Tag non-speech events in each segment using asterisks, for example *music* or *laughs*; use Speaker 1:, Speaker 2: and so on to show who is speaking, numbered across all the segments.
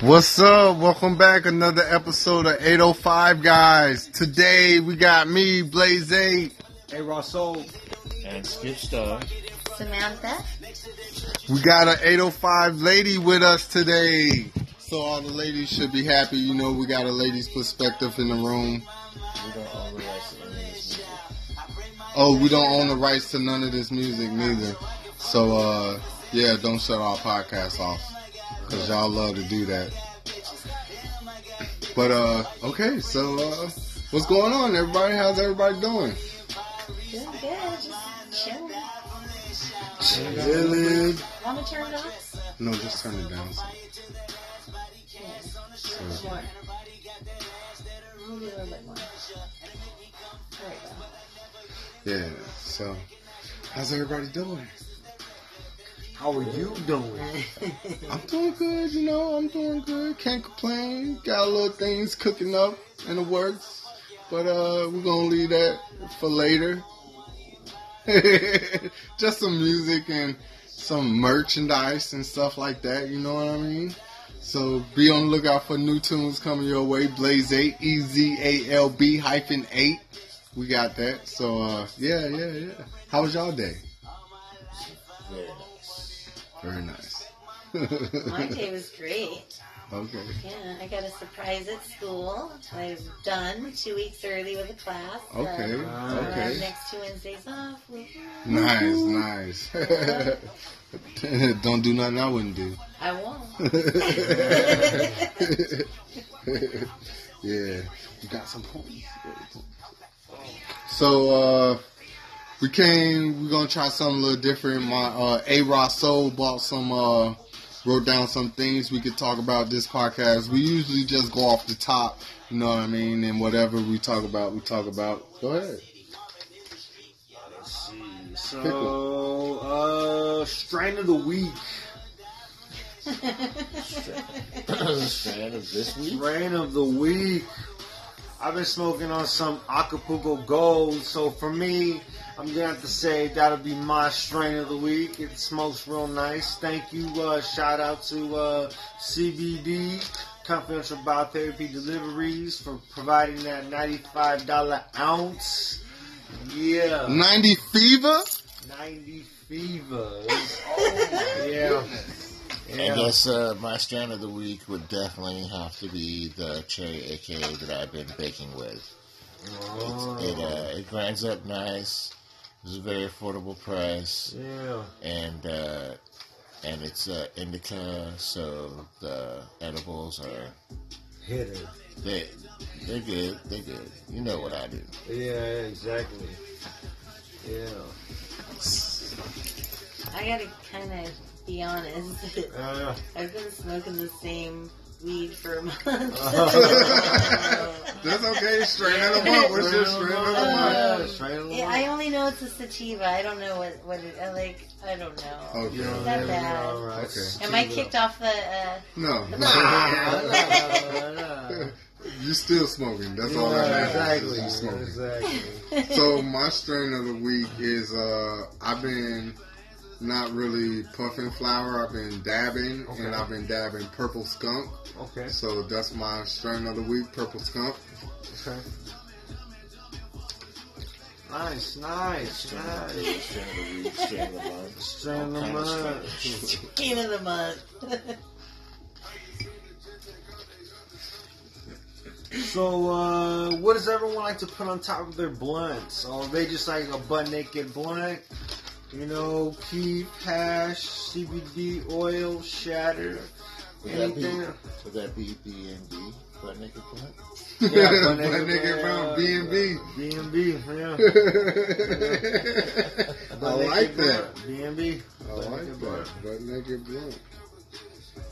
Speaker 1: What's up? Welcome back. Another episode of 805, guys. Today we got me, Blaze 8.
Speaker 2: Hey, Russell.
Speaker 3: and skip stuff.
Speaker 4: Samantha.
Speaker 1: We got an 805 lady with us today. So all the ladies should be happy. You know, we got a lady's perspective in the room.
Speaker 3: We don't own the rights to any of this music.
Speaker 1: Oh, we don't own the rights to none of this music neither. So, uh, yeah, don't shut our podcast off. Cause y'all love to do that. But, uh, okay, so, uh, what's going on, everybody? How's everybody doing?
Speaker 4: Doing good, just chilling.
Speaker 1: Chilling.
Speaker 4: Wanna turn it off?
Speaker 1: No, just turn it down. So.
Speaker 4: Just
Speaker 1: so-
Speaker 4: More. Maybe a little bit more. There we go.
Speaker 1: yeah, so, how's everybody doing?
Speaker 2: How are you doing?
Speaker 1: I'm doing good, you know, I'm doing good. Can't complain. Got a little things cooking up in the works. But uh we're gonna leave that for later. *laughs* Just some music and some merchandise and stuff like that, you know what I mean? So be on the lookout for new tunes coming your way. Blaze 8, E Z A L B hyphen 8. We got that. So uh yeah, yeah, yeah. How was y'all day?
Speaker 3: Very nice.
Speaker 1: Very nice. *laughs*
Speaker 4: My day was great.
Speaker 1: okay.
Speaker 4: Yeah, I got a surprise at school. I was done two weeks early with a class. so,
Speaker 1: Okay.
Speaker 4: uh,
Speaker 1: okay.
Speaker 4: Next two Wednesdays off.
Speaker 1: Nice, nice. *laughs* Don't do nothing I wouldn't do.
Speaker 4: I won't.
Speaker 1: *laughs* yeah, you got some points. So uh, we came. We're gonna try something a little different. My uh, A Rod Soul bought some. Uh, wrote down some things we could talk about this podcast. We usually just go off the top. You know what I mean? And whatever we talk about, we talk about. Go ahead.
Speaker 2: Let's see. So, uh, strain of the week.
Speaker 3: *clears throat* Strand of this week?
Speaker 2: Strain of the week. I've been smoking on some Acapulco Gold, so for me, I'm gonna have to say that'll be my strain of the week. It smokes real nice. Thank you. Uh, shout out to uh, CBD Confidential Biotherapy Deliveries for providing that $95 ounce. Yeah.
Speaker 1: 90 Fever?
Speaker 2: 90 Fever.
Speaker 4: *laughs*
Speaker 2: Oh, yeah.
Speaker 3: I
Speaker 2: Yeah.
Speaker 3: guess uh, my strand of the week would definitely have to be the cherry AKA that I've been baking with. It's, it, uh, it grinds up nice. It's a very affordable price,
Speaker 2: Yeah.
Speaker 3: and uh, and it's uh, indica, so the edibles are
Speaker 2: Hit it.
Speaker 3: they they're good. They're good. You know what I do.
Speaker 2: Yeah, exactly. Yeah.
Speaker 4: I gotta kind of be honest. *laughs*
Speaker 2: Uh,
Speaker 4: I've been smoking the same weed for a month. *laughs*
Speaker 1: That's okay. Straight out of the month. What's your straight out of the month?
Speaker 4: Oh.
Speaker 2: Yeah, straight out of the
Speaker 4: Yeah, I
Speaker 2: month.
Speaker 4: only know it's a sativa. I don't know what what it, I like. I don't know.
Speaker 1: Okay.
Speaker 2: Yeah,
Speaker 4: that
Speaker 2: there we
Speaker 4: bad?
Speaker 2: go, all right.
Speaker 1: Okay.
Speaker 4: Am I
Speaker 2: *laughs*
Speaker 4: kicked off the? Uh,
Speaker 1: No. *laughs*
Speaker 2: Nah, nah, nah, nah.
Speaker 1: you still smoking. That's all that
Speaker 2: Yeah,
Speaker 1: matters.
Speaker 2: exactly.
Speaker 1: You smoking.
Speaker 2: Exactly.
Speaker 4: *laughs*
Speaker 1: So my strain of the week is uh I've been not really puffing flower. I've been dabbing,
Speaker 2: Okay.
Speaker 1: and I've been dabbing purple skunk.
Speaker 2: Okay.
Speaker 1: So that's my strain of the week, purple skunk.
Speaker 2: Okay. Nice, nice, nice.
Speaker 3: Strand of the week, strand of the month.
Speaker 2: Strain of the
Speaker 3: Kind of
Speaker 2: month.
Speaker 4: Game of the month.
Speaker 2: So, uh, what does everyone like to put on top of their blunts? Or they just like a butt naked blunt? You know, keep, hash, CBD oil, shatter,
Speaker 3: Would that be,
Speaker 2: anything.
Speaker 3: would that be BND? Butt naked blunt?
Speaker 2: Yeah,
Speaker 1: *laughs* my
Speaker 2: butt
Speaker 1: nigga from B and B.
Speaker 2: B&B,
Speaker 1: *laughs*
Speaker 2: yeah.
Speaker 1: I like that.
Speaker 2: B&B.
Speaker 1: I like that. Butt naked blunt.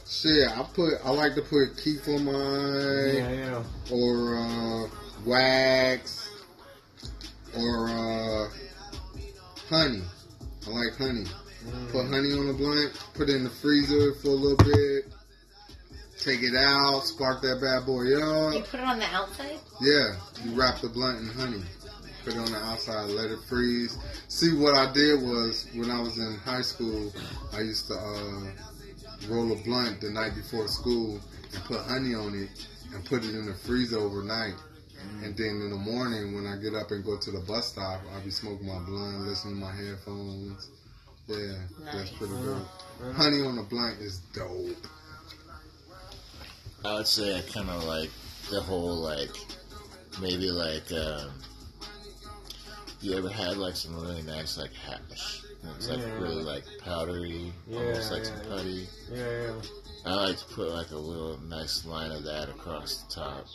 Speaker 1: Shit, I put. I like to put Keith on mine.
Speaker 2: Yeah, yeah.
Speaker 1: or uh, wax or uh, honey. I like honey. Put honey on a blunt, put it in the freezer for a little bit, take it out, spark that bad boy
Speaker 4: *laughs* you
Speaker 1: up.
Speaker 4: put it on the outside.
Speaker 1: Yeah, you wrap the blunt in honey. Put it on the outside, let it freeze. See, what I did was when I was in high school, I used to uh, roll a blunt the night before school and put honey on it and put it in the freezer overnight. And then in the morning when I get up and go to the bus stop, I'll be smoking my blunt, listening to my headphones. Yeah, that's
Speaker 4: Nice.
Speaker 1: pretty dope.
Speaker 2: Mm-hmm.
Speaker 1: Honey on the blunt is dope.
Speaker 3: I would say I kind of like the whole like maybe like um, you ever had like some really nice like hash. and It's like
Speaker 2: Yeah.
Speaker 3: really like powdery, almost
Speaker 2: Yeah,
Speaker 3: like
Speaker 2: yeah,
Speaker 3: some
Speaker 2: yeah.
Speaker 3: putty.
Speaker 2: Yeah,
Speaker 3: I like to put like a little nice line of that across the top,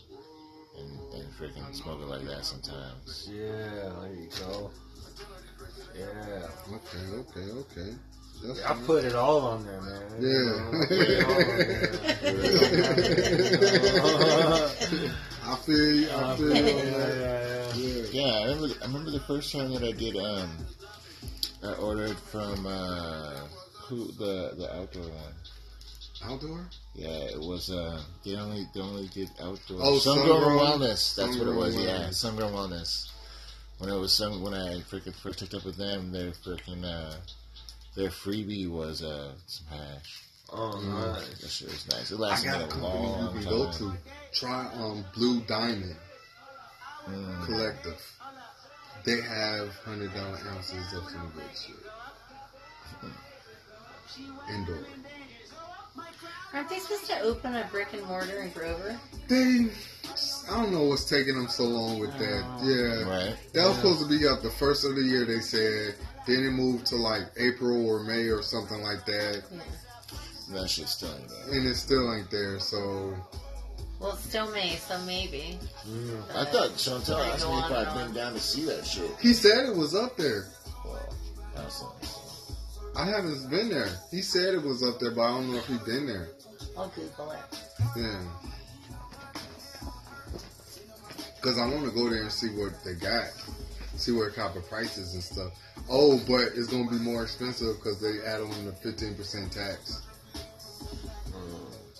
Speaker 3: and and freaking smoke it like that sometimes.
Speaker 2: yeah, there you go. Yeah.
Speaker 1: Okay, okay, okay. That's
Speaker 2: I put it all on there, man.
Speaker 1: Yeah.
Speaker 2: You know, I put it all on
Speaker 1: *laughs*
Speaker 2: there.
Speaker 1: I feel you. I feel you. on
Speaker 2: *laughs* yeah,
Speaker 1: that.
Speaker 2: yeah, yeah.
Speaker 1: Yeah.
Speaker 3: Yeah, I remember. I remember the first time that I did. Um, I ordered from uh, who the the outdoor one.
Speaker 1: Outdoor?
Speaker 3: Yeah, it was. Uh, they only they only did outdoor.
Speaker 1: Oh,
Speaker 3: Sun
Speaker 1: Sun
Speaker 3: Grown
Speaker 1: Grown-
Speaker 3: Wellness. That's
Speaker 1: Sun
Speaker 3: what it
Speaker 1: Grown
Speaker 3: was. Yeah,
Speaker 1: Wellness.
Speaker 3: Sun Grown Wellness. When it was some, when I freaking first hooked up with them, their freaking uh, their freebie was uh, some hash.
Speaker 2: Oh, nice.
Speaker 3: That shit was nice. It
Speaker 1: I
Speaker 3: lasted me
Speaker 1: got a
Speaker 3: a
Speaker 1: company you
Speaker 3: long
Speaker 1: can
Speaker 3: time.
Speaker 1: go to. Try um Blue Diamond
Speaker 3: Mm.
Speaker 1: Collective. They have hundred dollar ounces of some good shit. Indoor.
Speaker 4: Aren't they supposed to open a brick and mortar in Grover?
Speaker 1: They, I don't know what's taking them so long with that. Yeah.
Speaker 3: Right.
Speaker 1: That was supposed to be up the first of the year, they said. Then it moved to like April or May or something like that.
Speaker 4: Yeah.
Speaker 3: That shit's still in there.
Speaker 1: And it still ain't there, so.
Speaker 4: Well, it's still May, so maybe.
Speaker 2: Mm.
Speaker 3: I thought Chantel asked me if I'd been down to see that shit.
Speaker 1: He said it was up there.
Speaker 3: Well, that's awesome.
Speaker 1: I haven't been there. He said it was up there, but I don't know if he been there.
Speaker 4: I'll Google it.
Speaker 1: Yeah. Because I want to go there and see what they got, see what copper prices and stuff. Oh, but it's going to be more expensive because they add on the 15% tax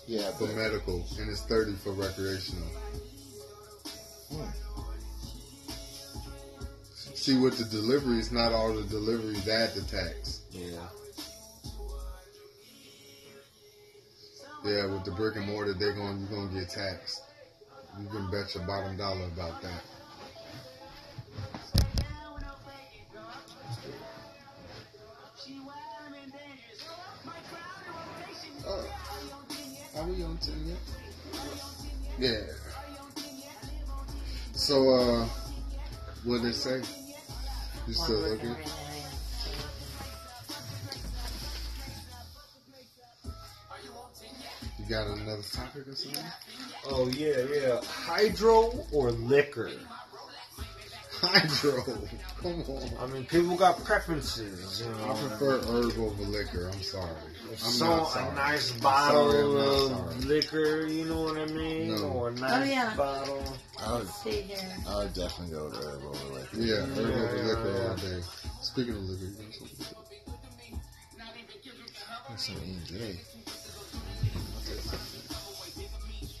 Speaker 3: Yeah,
Speaker 1: for
Speaker 3: but
Speaker 1: medical and it's 30 for recreational. See, with the deliveries, not all the deliveries add the tax.
Speaker 2: Yeah.
Speaker 1: Yeah, with the brick and mortar, they're going you're going to get taxed. You can bet your bottom dollar about that. Oh, are we on ten yet? Yeah. So, uh, what they say? You
Speaker 4: One
Speaker 1: still
Speaker 4: brick
Speaker 1: looking?
Speaker 4: and mortar in there,
Speaker 1: You got another topic or something? *laughs*
Speaker 2: Oh yeah, yeah. Hydro or liquor?
Speaker 1: Hydro. Come on.
Speaker 2: I mean, people got preferences. You know.
Speaker 1: I prefer herb over liquor. I'm sorry. I'm
Speaker 2: so
Speaker 1: not sorry.
Speaker 2: a nice
Speaker 1: I'm
Speaker 2: bottle
Speaker 1: sorry, I'm not
Speaker 2: of
Speaker 1: sorry.
Speaker 2: liquor, you know what I mean?
Speaker 1: No.
Speaker 2: Or a nice
Speaker 4: yeah.
Speaker 2: bottle.
Speaker 3: I would,
Speaker 4: yeah. See here.
Speaker 3: I would definitely go to Herb over like
Speaker 1: Yeah, herb over
Speaker 2: Yeah,
Speaker 1: liquor
Speaker 2: yeah,
Speaker 1: all day. Speaking of liquor, you want something?
Speaker 3: that's an E EJ.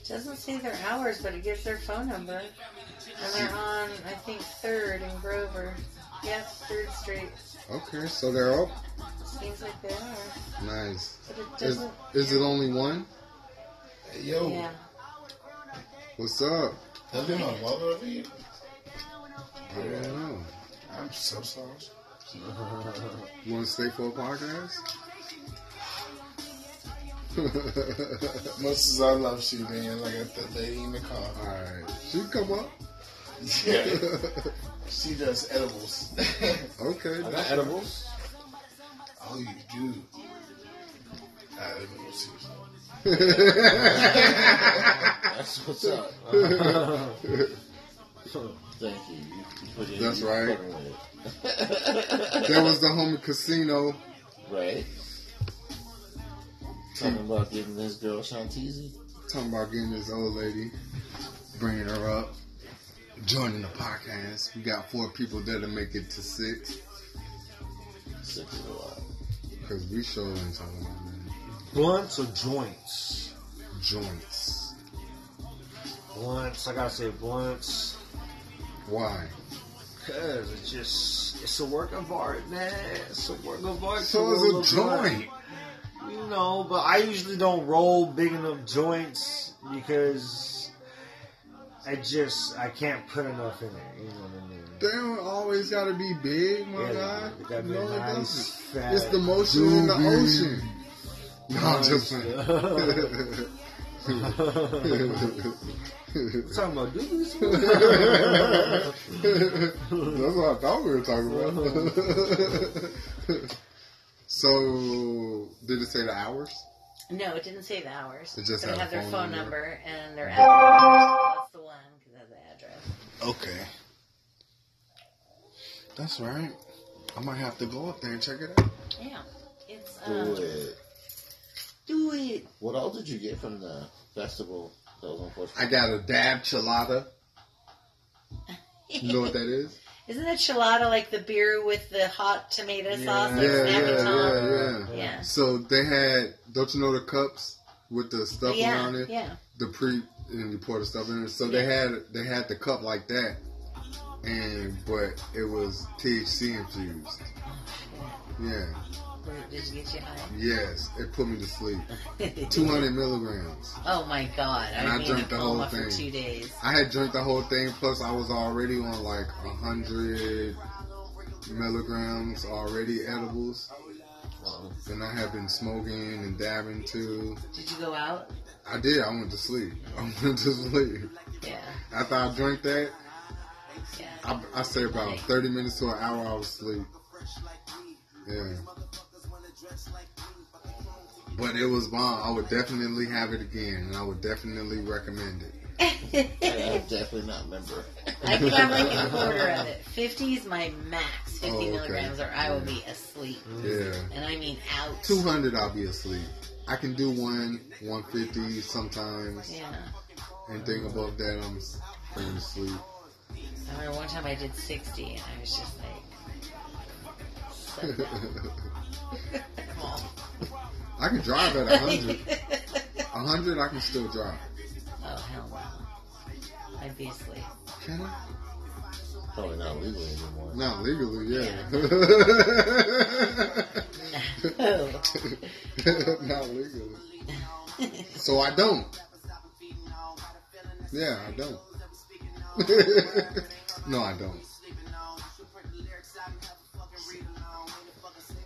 Speaker 4: Doesn't say their hours, but it gives their phone number. And they're on, I think, 3rd in Grover. Yep, 3rd Street.
Speaker 1: okay, so they're up.
Speaker 4: Seems like they are.
Speaker 1: Nice.
Speaker 4: But it
Speaker 1: Is, Oh.
Speaker 4: doesn't.
Speaker 1: is it only one?
Speaker 3: yo,
Speaker 4: Yeah.
Speaker 1: What's up?
Speaker 3: have been on Love over here?
Speaker 1: I don't know.
Speaker 3: I'm so sorry.
Speaker 1: You want to stay for a podcast? *laughs*
Speaker 5: Much as I love she man, like at the lady in the car.
Speaker 1: all right, she can come up.
Speaker 5: Yeah, she does edibles.
Speaker 1: okay, *laughs* that's-
Speaker 2: edibles?
Speaker 5: oh, you do. I don't know what she was
Speaker 3: That's what's up. Thank you. You- you put in-
Speaker 1: That's
Speaker 3: you
Speaker 1: right.
Speaker 3: fucking with it.
Speaker 1: that was the homie casino.
Speaker 3: right. Talking
Speaker 5: Hmm.
Speaker 3: about giving this girl Shantizi.
Speaker 1: Talking about getting this old lady, bringing her up, joining the podcast. We got four people there to make it to six
Speaker 3: Six is a lot.
Speaker 1: because we sure ain't talking about nothing.
Speaker 2: Blunts or joints?
Speaker 1: joints.
Speaker 2: Blunts. I gotta say blunts.
Speaker 1: Why?
Speaker 2: Cause it's just it's a work of art, man. It's a work of art.
Speaker 1: So
Speaker 2: to roll
Speaker 1: it's a
Speaker 2: blunt.
Speaker 1: joint.
Speaker 2: You know, but I usually don't roll big enough joints because I just I can't put enough in it. You know what I mean?
Speaker 1: They don't always gotta be big, my
Speaker 2: Yeah, it
Speaker 1: guy.
Speaker 2: gotta be
Speaker 1: No, it
Speaker 2: nice,
Speaker 1: doesn't.
Speaker 2: fat
Speaker 1: It's the motion in the
Speaker 2: doobie.
Speaker 1: ocean. No, I'm just *laughs* *laughs* saying.
Speaker 2: *laughs* Talking about doobies?
Speaker 1: That's what I thought we were talking about. so, did it say the hours?
Speaker 4: No, it didn't say the hours.
Speaker 1: It just
Speaker 4: but it
Speaker 1: had
Speaker 4: had
Speaker 1: a
Speaker 4: their
Speaker 1: phone
Speaker 4: phone
Speaker 1: number.
Speaker 4: number and their address. That's the one because that's the address.
Speaker 1: Okay. That's right. I might have to go up there and check it out.
Speaker 4: Yeah, it's
Speaker 3: Do
Speaker 4: um,
Speaker 3: it.
Speaker 4: do it.
Speaker 3: What all did you get from the festival? That was unfortunate.
Speaker 1: I got a dab chilada. You
Speaker 4: *laughs*
Speaker 1: know what that is?
Speaker 4: Isn't that chilada like the beer with the hot tomato sauce? Like
Speaker 1: Yeah,
Speaker 4: snappy
Speaker 1: yeah,
Speaker 4: Tom?
Speaker 1: yeah,
Speaker 4: yeah.
Speaker 1: So they had, don't you know the cups with the stuff
Speaker 4: yeah,
Speaker 1: around it?
Speaker 4: yeah.
Speaker 1: the pre and you pour the stuff in it. So they had they had the cup like that, and but it was THC infused. Yeah,
Speaker 4: Did you get you high?
Speaker 1: yes, it put me to sleep. Two hundred milligrams.
Speaker 4: oh my god!
Speaker 1: And I
Speaker 4: I, was in a
Speaker 1: drank the whole
Speaker 4: coma for
Speaker 1: thing.
Speaker 4: two days.
Speaker 1: I had drank the whole thing. Plus, I was already on like hundred milligrams already edibles, Uh,
Speaker 3: Wow.
Speaker 1: and I had been smoking and dabbing too.
Speaker 4: Did you go out?
Speaker 1: I did. I went to sleep. *laughs* I went to sleep
Speaker 4: Yeah,
Speaker 1: after I drank that.
Speaker 4: yeah.
Speaker 1: I, I say about 30 minutes to an hour, I was asleep. Yeah. But it was bomb. I would definitely have it again, and I would definitely recommend it.
Speaker 3: Yeah,
Speaker 4: *laughs*
Speaker 3: I'm
Speaker 4: I
Speaker 3: definitely not member.
Speaker 4: think I'm like a quarter of
Speaker 1: *laughs*
Speaker 4: it. Fifty is my max. Fifty
Speaker 1: Oh, okay.
Speaker 4: milligrams, or I will be asleep,
Speaker 1: Yeah.
Speaker 4: and I mean out.
Speaker 1: 200, I'll be asleep. I can do one, 150 sometimes.
Speaker 4: Yeah.
Speaker 1: Anything above that, I'm s- going to *laughs* sleep.
Speaker 4: I remember one time I did 60 and I was just like, so
Speaker 1: *laughs*
Speaker 4: down.
Speaker 1: I can drive at
Speaker 4: *laughs*
Speaker 1: 100. 100, I can still drive.
Speaker 4: oh, hell no. I'd
Speaker 1: *laughs*
Speaker 4: be asleep.
Speaker 1: Can I?
Speaker 3: Probably not legal anymore.
Speaker 1: Not legally, yeah.
Speaker 4: No.
Speaker 1: *laughs* Not legally. So I don't. Yeah, I don't. *laughs* no, I don't.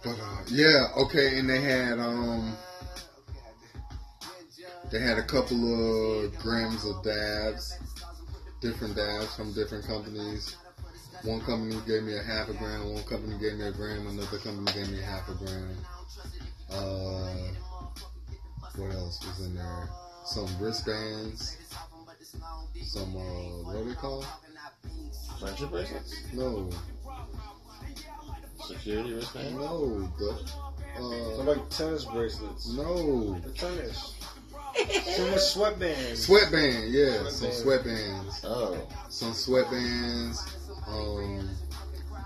Speaker 1: But uh, yeah, okay, and they had um, they had a couple of grams of dabs, different dabs from different companies. One company gave me a half a gram, one company gave me a gram, another company gave me a half a gram. Uh, what else was in there? Some wristbands, some uh, what are they called?
Speaker 3: Friendship bracelets?
Speaker 1: No,
Speaker 3: Security wristband?
Speaker 1: no,
Speaker 2: They're
Speaker 1: the uh,
Speaker 2: like tennis bracelets.
Speaker 1: no.
Speaker 2: The tennis. So much sweatbands.
Speaker 1: Sweatband, yeah, some sweatbands,
Speaker 3: Oh.
Speaker 1: some sweatbands. Um,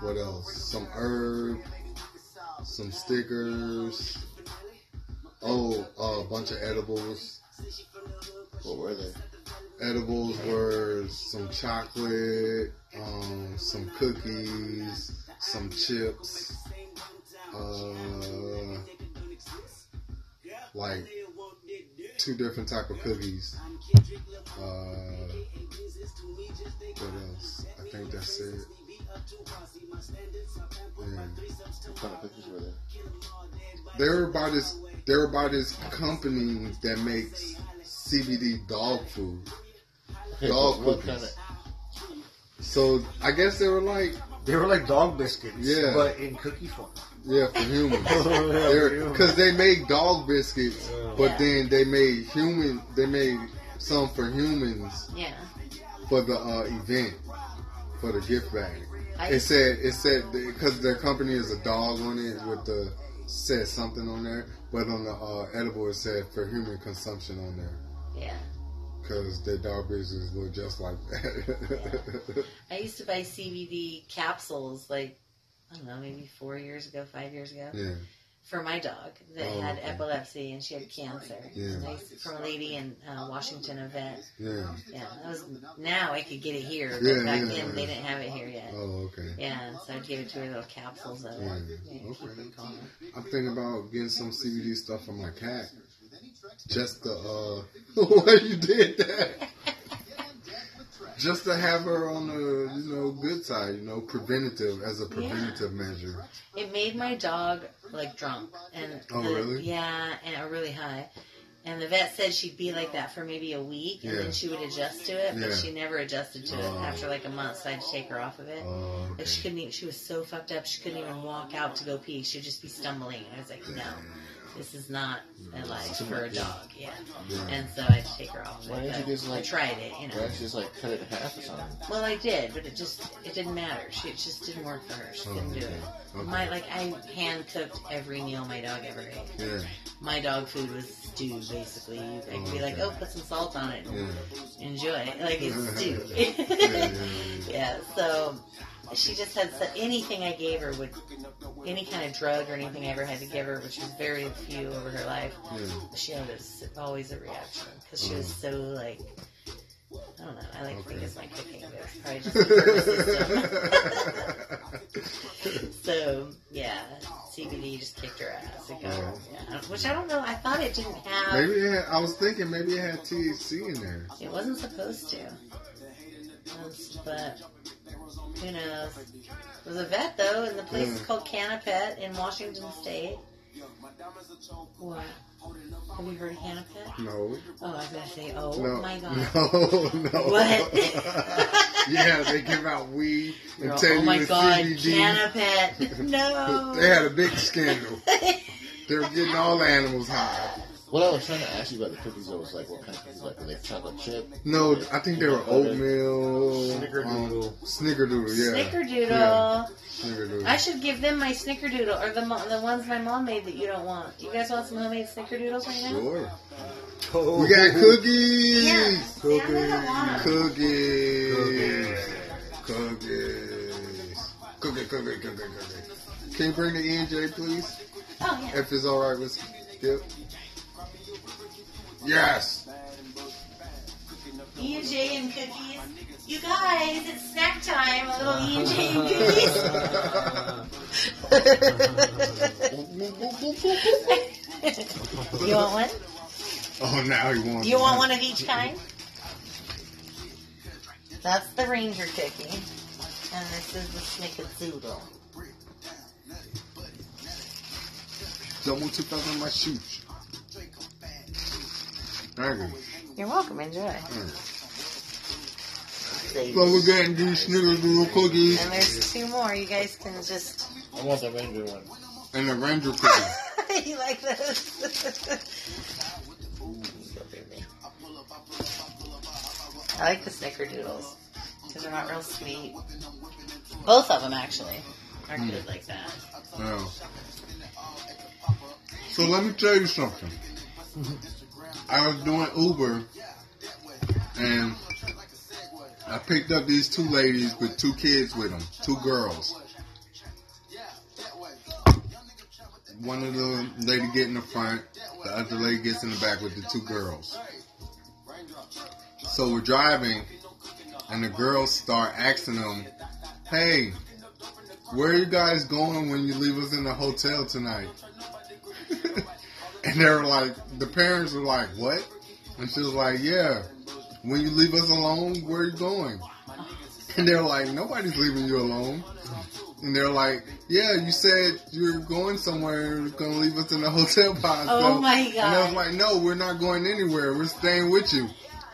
Speaker 1: what else? Some herb, some stickers. Oh, uh, a bunch of edibles.
Speaker 3: What were they?
Speaker 1: Edibles were some chocolate, um, some cookies, some chips, uh, like two different type of cookies. Uh, what else? I think that's it. And
Speaker 3: What kind of cookies were they?
Speaker 1: they're by this they're by this company that makes CBD dog food.
Speaker 3: Okay,
Speaker 1: Dog
Speaker 3: what
Speaker 1: cookies.
Speaker 3: kind of
Speaker 1: So I guess they were like
Speaker 2: They were like dog biscuits,
Speaker 1: Yeah.
Speaker 2: but in cookie form.
Speaker 1: Yeah, for humans.
Speaker 2: *laughs* humans.
Speaker 1: Because they make dog biscuits,
Speaker 2: Yeah.
Speaker 1: but
Speaker 4: Yeah.
Speaker 1: then they made human. They made some for humans
Speaker 4: Yeah.
Speaker 1: for the uh, event, for the gift bag.
Speaker 4: I,
Speaker 1: It said it said because their company is a dog on it with the said something on there, but on the uh, edible it said for human consumption on there
Speaker 4: yeah.
Speaker 1: because their dog biscuits look just like that. *laughs*
Speaker 4: I used to buy CBD capsules like, I don't know, maybe four years ago, five years ago.
Speaker 1: yeah,
Speaker 4: for my dog that
Speaker 1: Oh,
Speaker 4: had
Speaker 1: okay.
Speaker 4: epilepsy and she had cancer.
Speaker 1: Yeah.
Speaker 4: Nice- From a lady in uh, Washington, a vet.
Speaker 1: Yeah.
Speaker 4: Yeah, that was now I could get it here, but
Speaker 1: Yeah,
Speaker 4: back
Speaker 1: yeah,
Speaker 4: then they
Speaker 1: yeah.
Speaker 4: didn't have it here yet.
Speaker 1: Oh, okay.
Speaker 4: Yeah, so I'd give it to her little capsules of it.
Speaker 1: Yeah,
Speaker 4: Yeah,
Speaker 1: Mm, okay.
Speaker 4: keep it calm.
Speaker 1: I'm thinking about getting some CBD stuff for my cat. Just to, uh, *laughs* why you did that? Just to have her on the, you know, good side, you know, preventative, as a preventative measure.
Speaker 4: It made my dog like drunk and
Speaker 1: Oh,
Speaker 4: the-
Speaker 1: really?
Speaker 4: yeah, and or really high. And the vet said she'd be like that for maybe a week, and
Speaker 1: Yeah.
Speaker 4: then she would adjust to it. But
Speaker 1: Yeah.
Speaker 4: she never adjusted to
Speaker 1: Oh.
Speaker 4: it after like a month, so I had to take her off of it.
Speaker 1: Oh,
Speaker 4: Like she couldn't. Even, she was so fucked up. She couldn't even walk out to go pee. She'd just be stumbling. I was like, no, this is not a life for a dog. Yeah. And so I had to take her off.
Speaker 3: Why
Speaker 4: it,
Speaker 3: didn't you
Speaker 4: but
Speaker 3: just, like-
Speaker 4: I tried it, you know.
Speaker 3: Let's just like cut it in half or something.
Speaker 4: Well, I did, but it just it didn't matter. She it just didn't work for her. She couldn't do it.
Speaker 1: okay.
Speaker 4: My like I hand cooked every meal my dog ever ate.
Speaker 1: Yeah,
Speaker 4: My dog food was stew basically. You- I could be like, oh, put some salt on it,
Speaker 1: yeah, yeah,
Speaker 4: enjoy. it. Like it's
Speaker 3: *laughs*
Speaker 4: stew.
Speaker 1: yeah,
Speaker 4: yeah. So she just had so, anything I gave her would any kind of drug or anything I ever had to give her, which was very few over her life.
Speaker 1: yeah, yeah.
Speaker 4: She had this, always a reaction because she was so like. I don't know. I like to think it's my cooking, but it's probably just the nervous system. *laughs* so yeah, CBD just kicked her ass. It got her, yeah. Which I don't know. I thought it didn't have.
Speaker 1: Maybe it had, I was thinking maybe it had THC in there.
Speaker 4: It wasn't supposed to. That's- But who knows? It was a vet though, and the place is
Speaker 1: Yeah.
Speaker 4: called Canapet in Washington State. What? Have you heard of Canapet?
Speaker 1: No,
Speaker 4: Oh, I was gonna say, oh
Speaker 1: *laughs* no,
Speaker 4: my god.
Speaker 1: no, no.
Speaker 4: What?
Speaker 1: *laughs* yeah, they give out weed and
Speaker 4: Girl,
Speaker 1: tell
Speaker 4: oh
Speaker 1: you
Speaker 4: my
Speaker 1: it's
Speaker 4: god,
Speaker 1: CBD. *laughs*
Speaker 4: Canapet. No.
Speaker 1: They had a big scandal.
Speaker 4: *laughs*
Speaker 1: they were getting all the animals high.
Speaker 3: What I was trying to ask you about the cookies, though, was like, what kind of cookies? Like, were they chocolate chip?
Speaker 1: No, I think they were oatmeal,
Speaker 2: Snickerdoodle.
Speaker 1: um, snickerdoodle, yeah,
Speaker 4: Snickerdoodle.
Speaker 1: Yeah, snickerdoodle.
Speaker 4: I should give them my snickerdoodle or the mo- the ones my mom made that you don't want. You guys want some homemade snickerdoodles right now?
Speaker 1: Sure.
Speaker 2: Oh,
Speaker 1: We got cookies.
Speaker 4: Yeah. See, I really want 'em.
Speaker 1: Cookies. Cookies. Cookie, cookie, cookie, cookie. Can you bring the ENJ, please?
Speaker 4: Oh yeah.
Speaker 1: If it's alright with Skip.
Speaker 4: *laughs*
Speaker 1: Yes.
Speaker 4: E and J and cookies. You guys, it's snack time. A little E and J and
Speaker 1: *laughs*
Speaker 4: cookies. you want one?
Speaker 1: Oh, now he wants.
Speaker 4: You want one of each kind? That's the ranger cookie, and this is the snickerdoodle.
Speaker 1: Don't want two thousand in my shoes. Thank you.
Speaker 4: You're welcome. Enjoy.
Speaker 1: So we're getting these snickerdoodle cookies
Speaker 4: And there's two more. You guys can just.
Speaker 3: I want the ranger one.
Speaker 1: and a ranger cookie.
Speaker 4: *laughs* you like those? I like the snickerdoodles because they're not real sweet. Both of them actually are good like that.
Speaker 1: Yeah. So let me tell you something. I was doing Uber and I picked up these two ladies with two kids with them, two girls. One of the lady get in the front, the other lady gets in the back with the two girls. So we're driving, and the girls start asking them, "Hey, where are you guys going when you leave us in the hotel tonight? *laughs* and they were like, the parents were like, what? And she was like, yeah, when you leave us alone, where are you going? *laughs* And they're like, nobody's leaving you alone. And they're like, yeah, you said you're going somewhere, you're gonna leave us in the *laughs* hotel by
Speaker 4: Oh
Speaker 1: ourselves."
Speaker 4: my
Speaker 1: And I was
Speaker 4: God.
Speaker 1: like, no, we're not going anywhere. We're staying with you.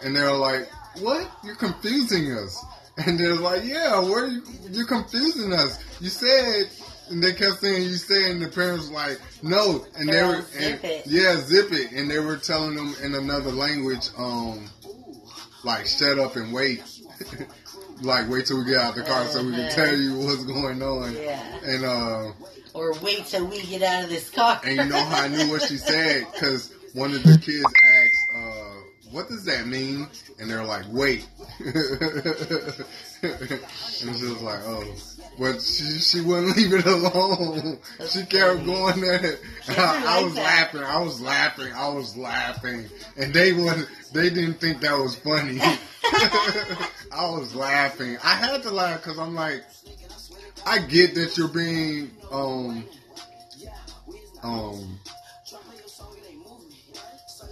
Speaker 1: And they're like, what? You're confusing us. *laughs* And they're like, yeah, where you, you're confusing us. You said, and they kept saying, you said, and the parents were like, no. And they
Speaker 4: They're
Speaker 1: were,
Speaker 4: like, "Zip
Speaker 1: and-
Speaker 4: it."
Speaker 1: yeah, zip it. And they were telling them in another language, um, like shut up and wait. *laughs* like wait till we get out of the car so we can
Speaker 4: Mhm.
Speaker 1: tell you what's going on.
Speaker 4: Yeah.
Speaker 1: And uh,
Speaker 4: Or wait till we get out of this car.
Speaker 1: and you know how I knew what she said because one of the kids asked, uh, "What does that mean?" And they're like, "Wait." *laughs* and she was like, oh, but she she wouldn't *laughs* leave it alone.
Speaker 4: That's
Speaker 1: she kept
Speaker 4: funny.
Speaker 1: going at it.
Speaker 4: Kids are
Speaker 1: I, I
Speaker 4: like
Speaker 1: was
Speaker 4: that.
Speaker 1: laughing, I was laughing, I was laughing, and they wouldn't. They didn't think that was funny. *laughs* I was laughing. I had to laugh because I'm like, I get that you're being um um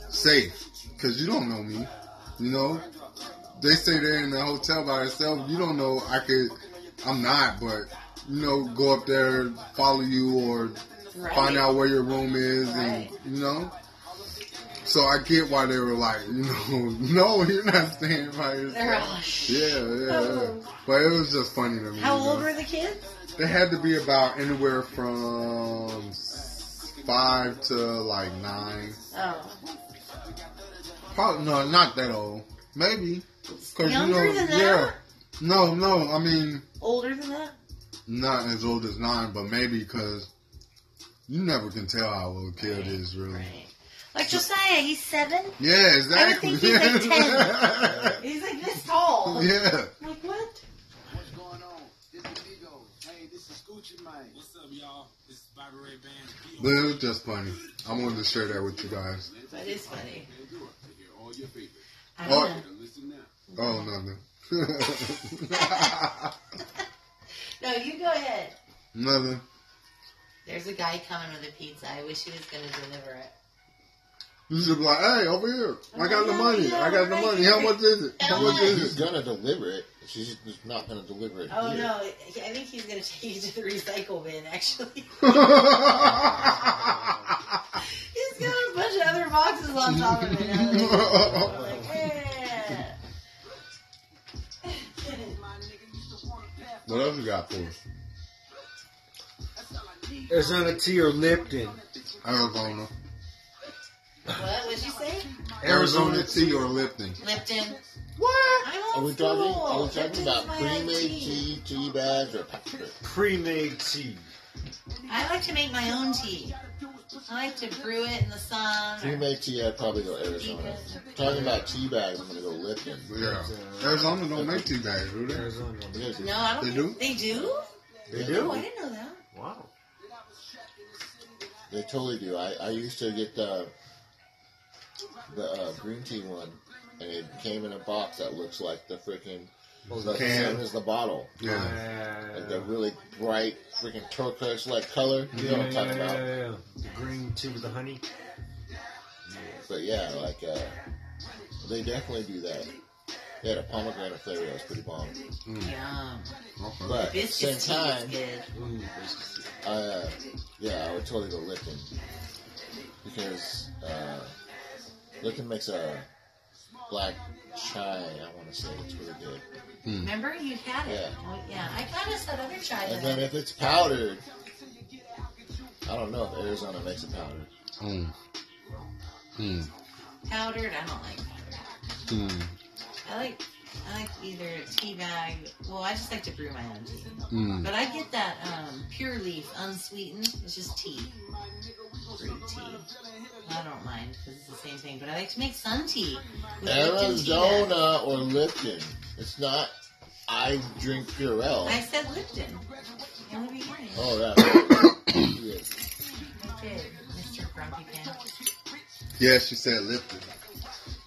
Speaker 1: safe because you don't know me. You know, they say they're in the hotel by themselves. You don't know I could. I'm not, but you know, go up there, follow you, or
Speaker 4: *laughs* Right.
Speaker 1: find out where your room is,
Speaker 4: Right.
Speaker 1: and you know. So I get why they were like, *laughs* you know, no, you're not staying by
Speaker 4: They're
Speaker 1: yourself.
Speaker 4: all, Oh.
Speaker 1: Yeah, yeah, yeah. But it was just funny to me.
Speaker 4: Uh-huh. How
Speaker 1: you know?
Speaker 4: old were the kids?
Speaker 1: They had to be about anywhere from five to like nine.
Speaker 4: Oh,
Speaker 1: Probably no, not that old. Maybe. 'Cause,
Speaker 4: younger than that?
Speaker 1: Yeah. No, no. I mean,
Speaker 4: Older than that?
Speaker 1: not as old as nine, but maybe because you never can tell how old a kid is, really.
Speaker 4: Right. Like Josiah, he's seven.
Speaker 1: Yeah,
Speaker 4: I would
Speaker 1: exactly.
Speaker 4: think he's like 10. He's like this tall.
Speaker 1: *laughs* yeah.
Speaker 4: I'm like what?
Speaker 6: What's going on? This is Migos. Hey, this is Gucci Mane.
Speaker 7: What's up, y'all? This is Bobby Ray Band. Be
Speaker 1: But it was just funny. I wanted to share that with you guys.
Speaker 4: That is funny.
Speaker 7: to hear all your favorites.
Speaker 4: I don't
Speaker 1: Oh.
Speaker 4: know.
Speaker 7: Listen now.
Speaker 1: Oh, nothing.
Speaker 4: No, you go ahead.
Speaker 1: *laughs* nothing.
Speaker 4: There's a guy coming with a pizza. I wish he was going to deliver it.
Speaker 1: You should be like, hey, over here. I
Speaker 4: Oh,
Speaker 1: got the
Speaker 4: yeah,
Speaker 1: money.
Speaker 4: yeah,
Speaker 1: I got the
Speaker 4: right.
Speaker 1: money. How much is it? How
Speaker 4: How
Speaker 1: much
Speaker 4: much?
Speaker 1: is
Speaker 3: She's
Speaker 1: it? *laughs*
Speaker 3: gonna deliver it. She's just not gonna deliver it.
Speaker 4: Oh
Speaker 3: here.
Speaker 4: no, I I think he's going to take you to the recycle bin. Actually, he's got a bunch of other boxes on top of it. I'm like, I'm like, yeah.
Speaker 1: what else you got for us?
Speaker 2: *laughs* Arizona Tea or Lipton?
Speaker 1: Arizona.
Speaker 4: what? What'd you say?
Speaker 1: Arizona tea or Lipton?
Speaker 4: Lipton.
Speaker 1: What?
Speaker 4: I'm
Speaker 3: Are we
Speaker 4: old
Speaker 3: talking? Are
Speaker 4: school.
Speaker 3: we talking
Speaker 4: Lipton's
Speaker 3: about
Speaker 4: my
Speaker 3: pre-made
Speaker 4: tea.
Speaker 3: tea, tea bags, or packaged?
Speaker 2: Pre-made tea.
Speaker 4: I like to make my own tea. I like to brew it in the sun. or-
Speaker 3: Pre-made tea, I'd probably go Arizona. Talking about tea bags, I'm gonna go Lipton.
Speaker 1: Yeah. Arizona don't make tea bags, do they?
Speaker 2: Arizona.
Speaker 3: Yes,
Speaker 4: No, I don't.
Speaker 1: They
Speaker 4: think- They do?
Speaker 2: They
Speaker 4: Oh, I
Speaker 2: do.
Speaker 4: didn't know that.
Speaker 2: Wow.
Speaker 3: They totally do. I, I used to get the the uh, green tea one, and it came in a box that looks like the freaking the
Speaker 1: Oh, Can.
Speaker 3: same as the bottle,
Speaker 1: Yeah.
Speaker 2: Yeah.
Speaker 3: like the really bright freaking turquoise like color. You know what I'm talking about?
Speaker 2: yeah. The green tea with the honey.
Speaker 3: But yeah, like uh, they definitely do that. They had a pomegranate flavor that was pretty bomb.
Speaker 4: Mm. Yum.
Speaker 3: But at the same
Speaker 4: Biscuit tea is
Speaker 3: time,
Speaker 4: good.
Speaker 2: Ooh,
Speaker 3: I, uh, yeah, I would totally go Lipton because uh, Lipton makes a black chai. I want to say it's really good.
Speaker 4: Remember you had it?
Speaker 3: Mm. Yeah.
Speaker 4: Oh, yeah. I got us that other chai.
Speaker 3: And
Speaker 4: that-
Speaker 3: then if it's powdered, I don't know if Arizona makes it powdered.
Speaker 1: Mm. Mm.
Speaker 4: powdered. I don't like. powdered.
Speaker 1: Mm.
Speaker 4: I like. I like either tea bag. Well, I just like to brew my own tea.
Speaker 1: Mm.
Speaker 4: But I get that um, pure leaf, unsweetened. It's just tea. Brewed tea. I don't mind because it's the same thing. But I like to make sun tea. with Lipton tea bag.
Speaker 3: Arizona or Lipton. It's not. I drink Purell.
Speaker 4: I said Lipton. In the beginning.
Speaker 3: Oh,
Speaker 1: Mm.
Speaker 3: that.
Speaker 4: Okay, Mr. Grumpy Pants.
Speaker 1: Yeah, she said Lipton.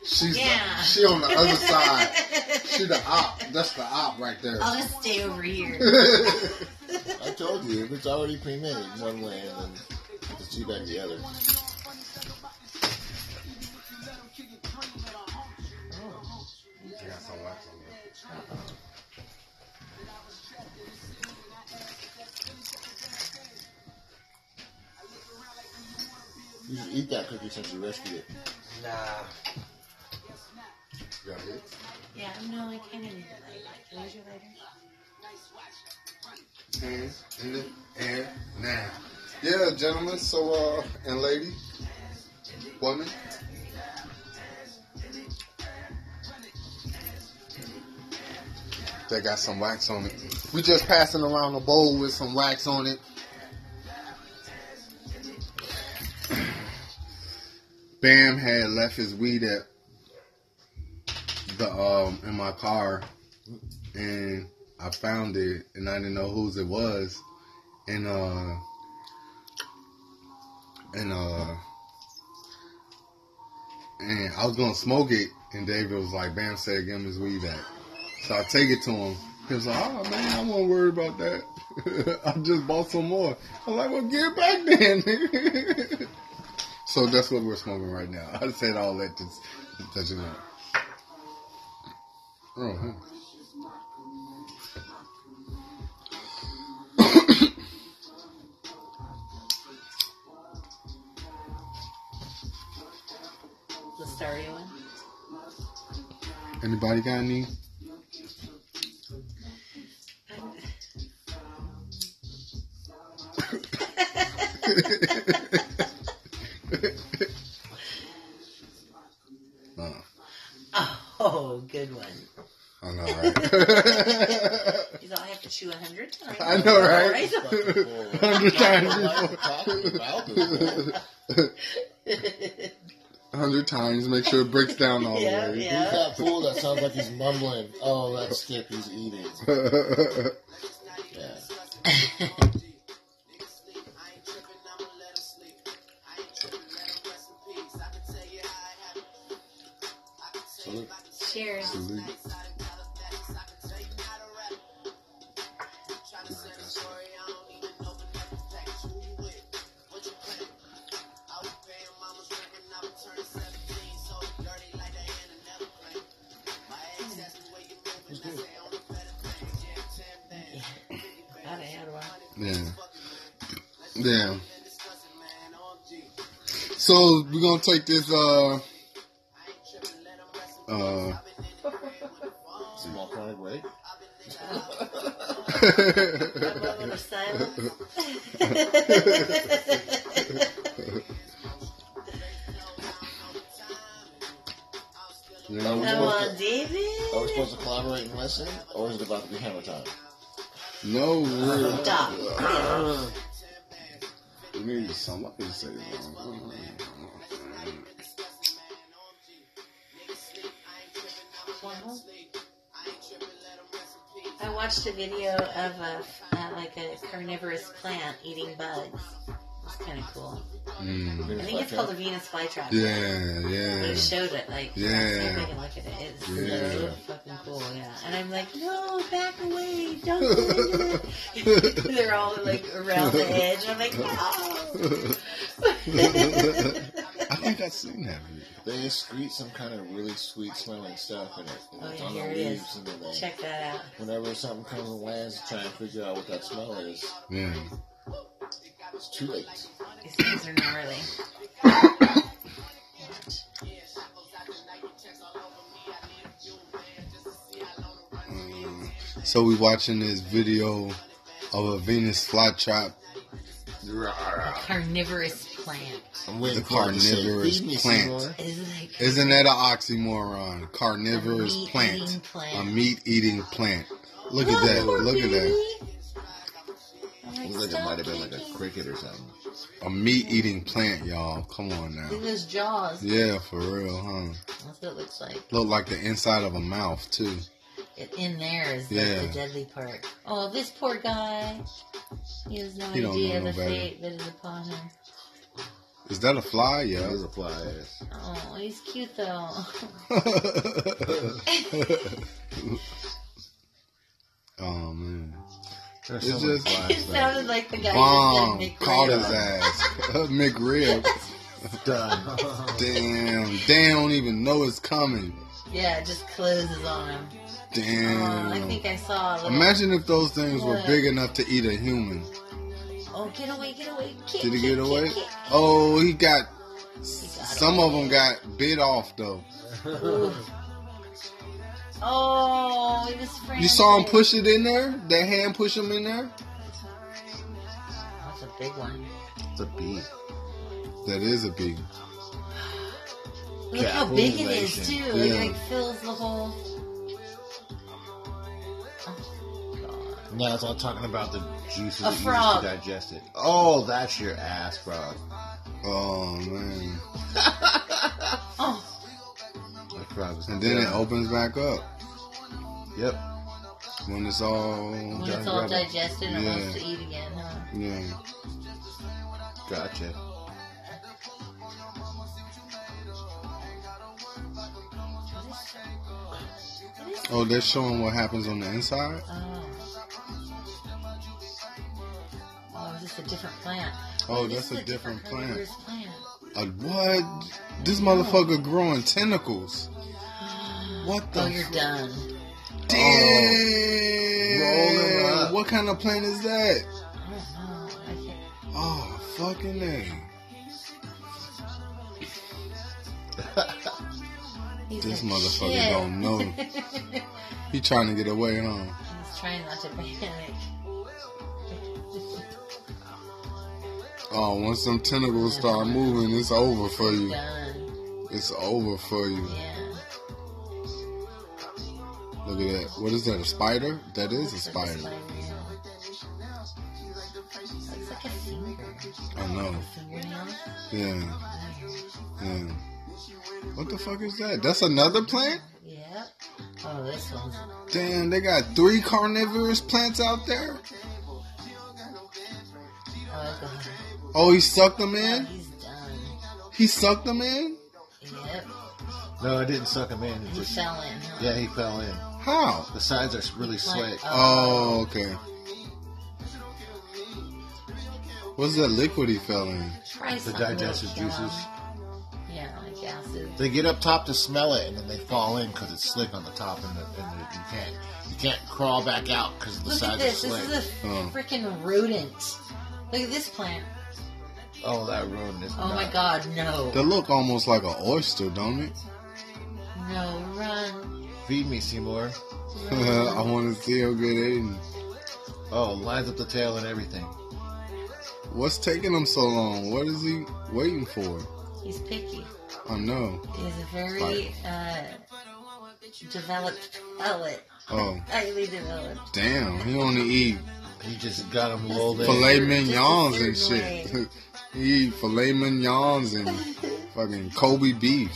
Speaker 1: She's
Speaker 4: Yeah.
Speaker 1: the, she on the other side.
Speaker 4: *laughs*
Speaker 1: She the op. That's the op right there. *laughs*
Speaker 4: I'll just stay over here.
Speaker 3: I told you, if it's already pre-made one way and then the tea bag the other. You should eat that cookie since you rescued it.
Speaker 2: *laughs* Nah.
Speaker 1: Got it?
Speaker 4: Yeah, no, I kind of need it later. Can I use your lighter?
Speaker 1: hands in the air now. Yeah, gentlemen, so uh, and lady, woman. They got some wax on it. We just passing around a bowl with some wax on it. *clears throat* Bam had left his weed at the um in my car, and I found it, and I didn't know whose it was, and uh, and uh, and I was gonna smoke it, and David was like, "Bam said, give him his weed back." So I take it to him. He was like, "Oh man, I won't worry about that. *laughs* I just bought some more." I was like, "Well, get it back then." *laughs* nigga." so that's what we're smoking right now. *laughs* I said all that just that you know. Oh, huh.
Speaker 4: The starry *laughs* one.
Speaker 1: Anybody got any? *laughs* oh,
Speaker 4: Oh, good one.
Speaker 1: I know, right?
Speaker 4: You don't have to chew a hundred times.
Speaker 1: *laughs* I
Speaker 4: *laughs*
Speaker 1: know, right? *laughs*
Speaker 4: Right?
Speaker 1: Hundred times
Speaker 3: Talking
Speaker 1: before. Hundred times. Make sure it breaks down all
Speaker 4: Yeah,
Speaker 1: the way.
Speaker 4: yeah.
Speaker 3: That fool that sounds like he's mumbling. Oh, that skip he's eating. Yeah. Salute.
Speaker 4: Cheers.
Speaker 1: Salute.
Speaker 4: How the hell
Speaker 1: *laughs*
Speaker 4: do I?
Speaker 1: Yeah. Yeah. So we're gonna take this uh *laughs* uh
Speaker 3: Small corner break.
Speaker 1: *laughs*
Speaker 4: I love the *laughs* silence.
Speaker 1: you
Speaker 3: Are
Speaker 1: know,
Speaker 3: we, supposed
Speaker 4: Come on,
Speaker 3: to, are we
Speaker 4: David.
Speaker 3: supposed to collaborate and listen, or is it about to be hammer time?
Speaker 1: no we're-
Speaker 4: Stop.
Speaker 2: *laughs*
Speaker 1: we need somebody to say something.
Speaker 4: Uh-huh. I watched a video of a uh, like a carnivorous plant eating bugs. It's kind of cool.
Speaker 1: Mm.
Speaker 4: I think it's called the Venus flytrap.
Speaker 1: Yeah, *laughs*
Speaker 4: They
Speaker 1: yeah.
Speaker 4: showed it like
Speaker 1: Yeah.
Speaker 4: see if I can look at it. It's so
Speaker 1: Yeah.
Speaker 4: fucking cool, yeah. And I'm like, no, back away, don't do it. *laughs* They're all like around the edge. I'm like, no. *laughs*
Speaker 1: I think I've seen that. video.
Speaker 3: They excrete some kind of really sweet smelling stuff in it. And
Speaker 4: Oh,
Speaker 3: it's
Speaker 4: yeah,
Speaker 3: on the
Speaker 4: here it
Speaker 3: leaves
Speaker 4: is.
Speaker 3: and everything.
Speaker 4: Check that out.
Speaker 3: Whenever something comes and lands, trying to figure out what that smell is,
Speaker 1: Yeah. *coughs*
Speaker 3: it's too late.
Speaker 4: These things are gnarly.
Speaker 1: So we watching this video of a Venus flytrap.
Speaker 4: Carnivorous plant.
Speaker 3: I'm waiting
Speaker 1: The
Speaker 3: for it to say,
Speaker 1: carnivorous
Speaker 3: "Feed me,
Speaker 1: plant."
Speaker 3: Seymour."
Speaker 4: It's like
Speaker 1: Isn't that an oxymoron? Carnivorous
Speaker 4: A meat-eating
Speaker 1: plant.
Speaker 4: plant.
Speaker 1: A meat eating plant. Look at that. Look at that.
Speaker 3: It looked like it might have been like a cricket or something.
Speaker 1: A meat eating plant, y'all. Come on now.
Speaker 4: In those jaws.
Speaker 1: Yeah, for real, huh?
Speaker 4: That's what it looks like.
Speaker 1: Look like the inside of a mouth too.
Speaker 4: It, in there is
Speaker 1: Yeah.
Speaker 4: like the deadly part. Oh, this poor guy. He has no
Speaker 1: He don't
Speaker 4: idea
Speaker 1: know no
Speaker 4: the
Speaker 1: better.
Speaker 4: fate that is upon him.
Speaker 1: Is that a fly?
Speaker 3: Yeah,
Speaker 1: Yeah.
Speaker 3: there's a fly ass.
Speaker 4: Oh, he's cute
Speaker 1: *laughs*
Speaker 4: though. *laughs*
Speaker 1: oh man.
Speaker 3: There's
Speaker 1: It's
Speaker 3: so many
Speaker 1: just-
Speaker 4: it
Speaker 3: flies there.
Speaker 4: sounded like the guy
Speaker 1: Bomb
Speaker 4: who said
Speaker 1: caught
Speaker 4: McRib.
Speaker 1: his ass.
Speaker 4: *laughs*
Speaker 1: Uh, McRib.
Speaker 3: Done.
Speaker 1: Damn. Damn don't even know it's coming.
Speaker 4: Yeah, it just closes on him. Oh, I
Speaker 1: Damn.
Speaker 4: think I saw a little.
Speaker 1: Imagine if those things were
Speaker 4: What?
Speaker 1: big enough to eat a human.
Speaker 4: Oh, get away, get away. Kick,
Speaker 1: Did he
Speaker 4: kick,
Speaker 1: get away?
Speaker 4: kick, kick.
Speaker 1: Oh, he got.
Speaker 4: He got
Speaker 1: Some
Speaker 4: away.
Speaker 1: of them got bit off though.
Speaker 4: Oh, he was frantic.
Speaker 1: You saw him push it in there. That hand push him in there.
Speaker 4: That's a big one.
Speaker 3: It's a bee.
Speaker 1: That is a bee.
Speaker 4: Look how big it is too.
Speaker 1: Yeah.
Speaker 4: It like fills the whole. Oh god.
Speaker 3: Now it's all talking about the juices
Speaker 4: A
Speaker 3: that you use to
Speaker 4: frog.
Speaker 3: digest it. Oh, that's your ass, frog.
Speaker 1: Oh man.
Speaker 4: Oh,
Speaker 3: Like Probably.
Speaker 1: And then it opens back up
Speaker 3: Yep.
Speaker 1: when it's all
Speaker 4: When it's all digested and it wants to eat again, huh?
Speaker 1: yeah.
Speaker 3: Gotcha.
Speaker 1: Oh, they're showing what happens on the inside.
Speaker 4: Oh. Oh, is this a different plant?
Speaker 1: Oh,
Speaker 4: This
Speaker 1: that's
Speaker 4: is
Speaker 1: a different plant.
Speaker 4: herbivorous plant.
Speaker 1: Like what? This motherfucker growing tentacles.
Speaker 4: *gasps*
Speaker 1: What the?
Speaker 4: Oh, you're done.
Speaker 1: Damn.
Speaker 3: Roll 'em up.
Speaker 1: What kind of plant is that?
Speaker 4: I don't know. I can't.
Speaker 1: Oh, fucking name.
Speaker 4: He's
Speaker 1: This
Speaker 4: like,
Speaker 1: motherfucker
Speaker 4: "Shit."
Speaker 1: don't know. He trying to get away, huh?
Speaker 4: *laughs* He's trying not to panic. *laughs*
Speaker 1: Oh, once them tentacles start moving, it's over for you.
Speaker 4: Done.
Speaker 1: It's over for you.
Speaker 4: Yeah.
Speaker 1: Look at that. What is that? A spider? That is a
Speaker 4: It's
Speaker 1: spider.
Speaker 4: Looks like a finger.
Speaker 1: I know.
Speaker 4: Fingernail?
Speaker 1: Yeah. Yeah. What the fuck is that? That's another plant?
Speaker 4: Yeah. Oh, this one's.
Speaker 1: Damn, they got three carnivorous plants out there.
Speaker 4: Oh, God.
Speaker 1: Oh, he sucked them
Speaker 4: Oh,
Speaker 1: in.
Speaker 4: he's done.
Speaker 1: He sucked them in.
Speaker 4: Yep.
Speaker 3: No, I didn't suck him in. It
Speaker 4: He
Speaker 3: just-
Speaker 4: fell in. Huh?
Speaker 3: yeah, he fell in.
Speaker 1: How?
Speaker 3: The sides are really slick.
Speaker 1: Oh, okay. What's that liquid he fell in?
Speaker 4: Try
Speaker 3: The
Speaker 4: some
Speaker 3: digestive
Speaker 4: little gel.
Speaker 3: juices.
Speaker 4: Yeah, like acid.
Speaker 3: They get up top to smell it, and then they fall in because it's slick on the top, and, the, and the, you can't you can't crawl back out because the
Speaker 4: Look at
Speaker 3: sides
Speaker 4: this.
Speaker 3: are
Speaker 4: This
Speaker 3: slick.
Speaker 4: is a
Speaker 1: Oh.
Speaker 4: freaking rodent. Look at this plant.
Speaker 3: oh, that rodent is.
Speaker 4: Oh my
Speaker 3: nuts.
Speaker 4: god, no.
Speaker 1: They look almost like an oyster, don't it? *laughs*
Speaker 4: No,
Speaker 3: *laughs*
Speaker 4: run.
Speaker 3: Feed me, Seymour.
Speaker 1: I want to see him get in.
Speaker 3: Oh, lines up the tail and everything.
Speaker 1: What's taking him so long? What is he waiting for?
Speaker 4: He's picky.
Speaker 1: I know.
Speaker 4: He has a very uh, developed palate.
Speaker 1: Oh,
Speaker 4: Highly developed.
Speaker 1: damn. He only eat
Speaker 3: He just got him rolled in.
Speaker 1: filet
Speaker 4: Just a
Speaker 1: mignons and
Speaker 4: certain
Speaker 1: shit. *laughs* he eat filet mignons and fucking Kobe beef.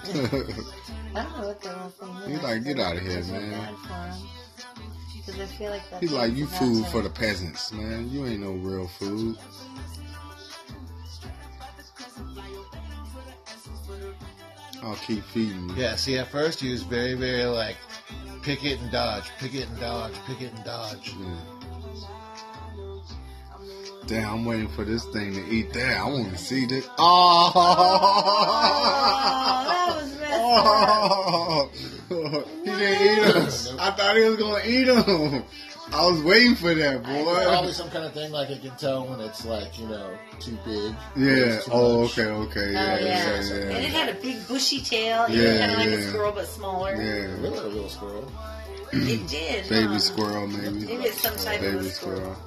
Speaker 4: I don't know what the whole thing is.
Speaker 1: He's like, "Get outta here,
Speaker 4: I feel
Speaker 1: man."
Speaker 4: bad for him. 'Cause I feel like that's
Speaker 1: He's like, you
Speaker 4: that's
Speaker 1: food
Speaker 4: him.
Speaker 1: for the peasants, man. You ain't no real food. I'll keep feeding you.
Speaker 3: Yeah, see, at first he was very, very like, pick it and dodge, pick it and dodge, pick it and dodge.
Speaker 1: Yeah. Damn, I'm waiting for this thing to eat that. I want to see this. *laughs*
Speaker 4: Oh,
Speaker 1: Oh!
Speaker 4: that
Speaker 1: *laughs*
Speaker 4: was messed up.
Speaker 1: Oh! he didn't eat him. I thought he was going to eat him. I was waiting for that,
Speaker 3: Probably
Speaker 1: boy.
Speaker 3: some kind of thing like it can tell when it's like, you know, too big.
Speaker 1: Yeah.
Speaker 3: It's too
Speaker 1: Oh,
Speaker 3: much.
Speaker 1: okay, okay.
Speaker 4: Oh,
Speaker 1: Yeah, yeah,
Speaker 4: And
Speaker 1: yeah.
Speaker 4: it had a big bushy tail. It
Speaker 1: Yeah,
Speaker 4: was kind of like
Speaker 1: yeah.
Speaker 4: a squirrel, but smaller.
Speaker 1: Yeah.
Speaker 3: Really, a little squirrel.
Speaker 4: It did. huh?
Speaker 1: Baby squirrel, maybe.
Speaker 4: Maybe it's some type of
Speaker 1: Baby
Speaker 4: a squirrel.
Speaker 1: squirrel.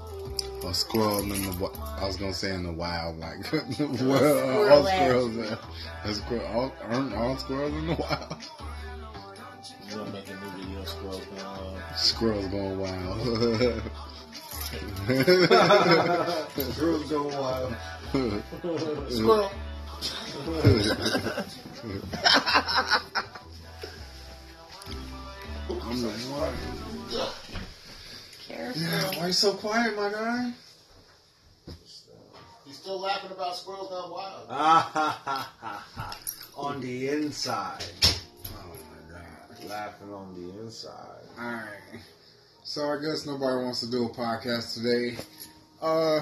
Speaker 1: A squirrel in the wi- I was gonna say in the wild, like *laughs* the world, all
Speaker 4: squirrelette.
Speaker 1: squirrels. Are, a squirrel, all, aren't all squirrels in the wild?
Speaker 3: You want to make a new video, squirrel. Uh,
Speaker 1: *laughs* Squirrels going *laughs* wild.
Speaker 2: Girls go wild. *laughs*
Speaker 3: squirrel.
Speaker 1: *laughs* I'm the one.
Speaker 4: Careful.
Speaker 1: Yeah, why you so quiet, my guy?
Speaker 3: He's still laughing about squirrels gone wild.
Speaker 2: Ah, ha, ha, ha, ha. On the inside.
Speaker 1: Oh my god.
Speaker 2: Laughing on the inside.
Speaker 1: All right. So I guess nobody wants to do a podcast today. Uh,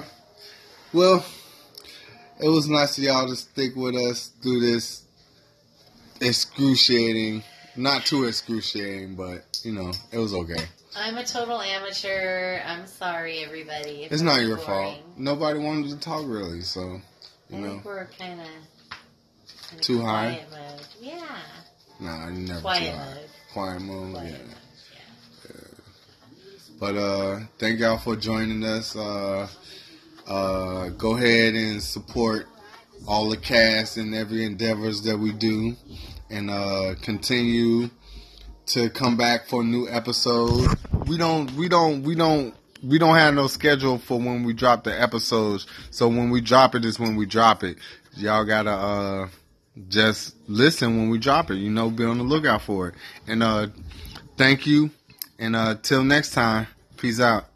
Speaker 1: well, it was nice of y'all to stick with us through this excruciating, not too excruciating, but you know, it was okay.
Speaker 4: I'm a total amateur. I'm sorry, everybody. if
Speaker 1: It's
Speaker 4: it
Speaker 1: not
Speaker 4: was
Speaker 1: your fault.
Speaker 4: boring.
Speaker 1: Nobody wanted to talk really, so you
Speaker 4: I
Speaker 1: know,
Speaker 4: think we're kind of
Speaker 1: Too high?
Speaker 4: Mode. Yeah,
Speaker 1: nah, you never
Speaker 4: quiet
Speaker 1: too high.
Speaker 4: mode.
Speaker 1: Quiet mode,
Speaker 4: Quiet
Speaker 1: yeah.
Speaker 4: mode.
Speaker 1: But uh, thank y'all for joining us. Uh, uh, go ahead and support all the cast and every endeavors that we do, and uh, continue to come back for new episodes. We don't, we don't, we don't. We don't have no schedule for when we drop the episodes, so when we drop it is when we drop it. Y'all gotta uh, just listen when we drop it. You know, be on the lookout for it. And uh, thank you. And uh, till next time, peace out.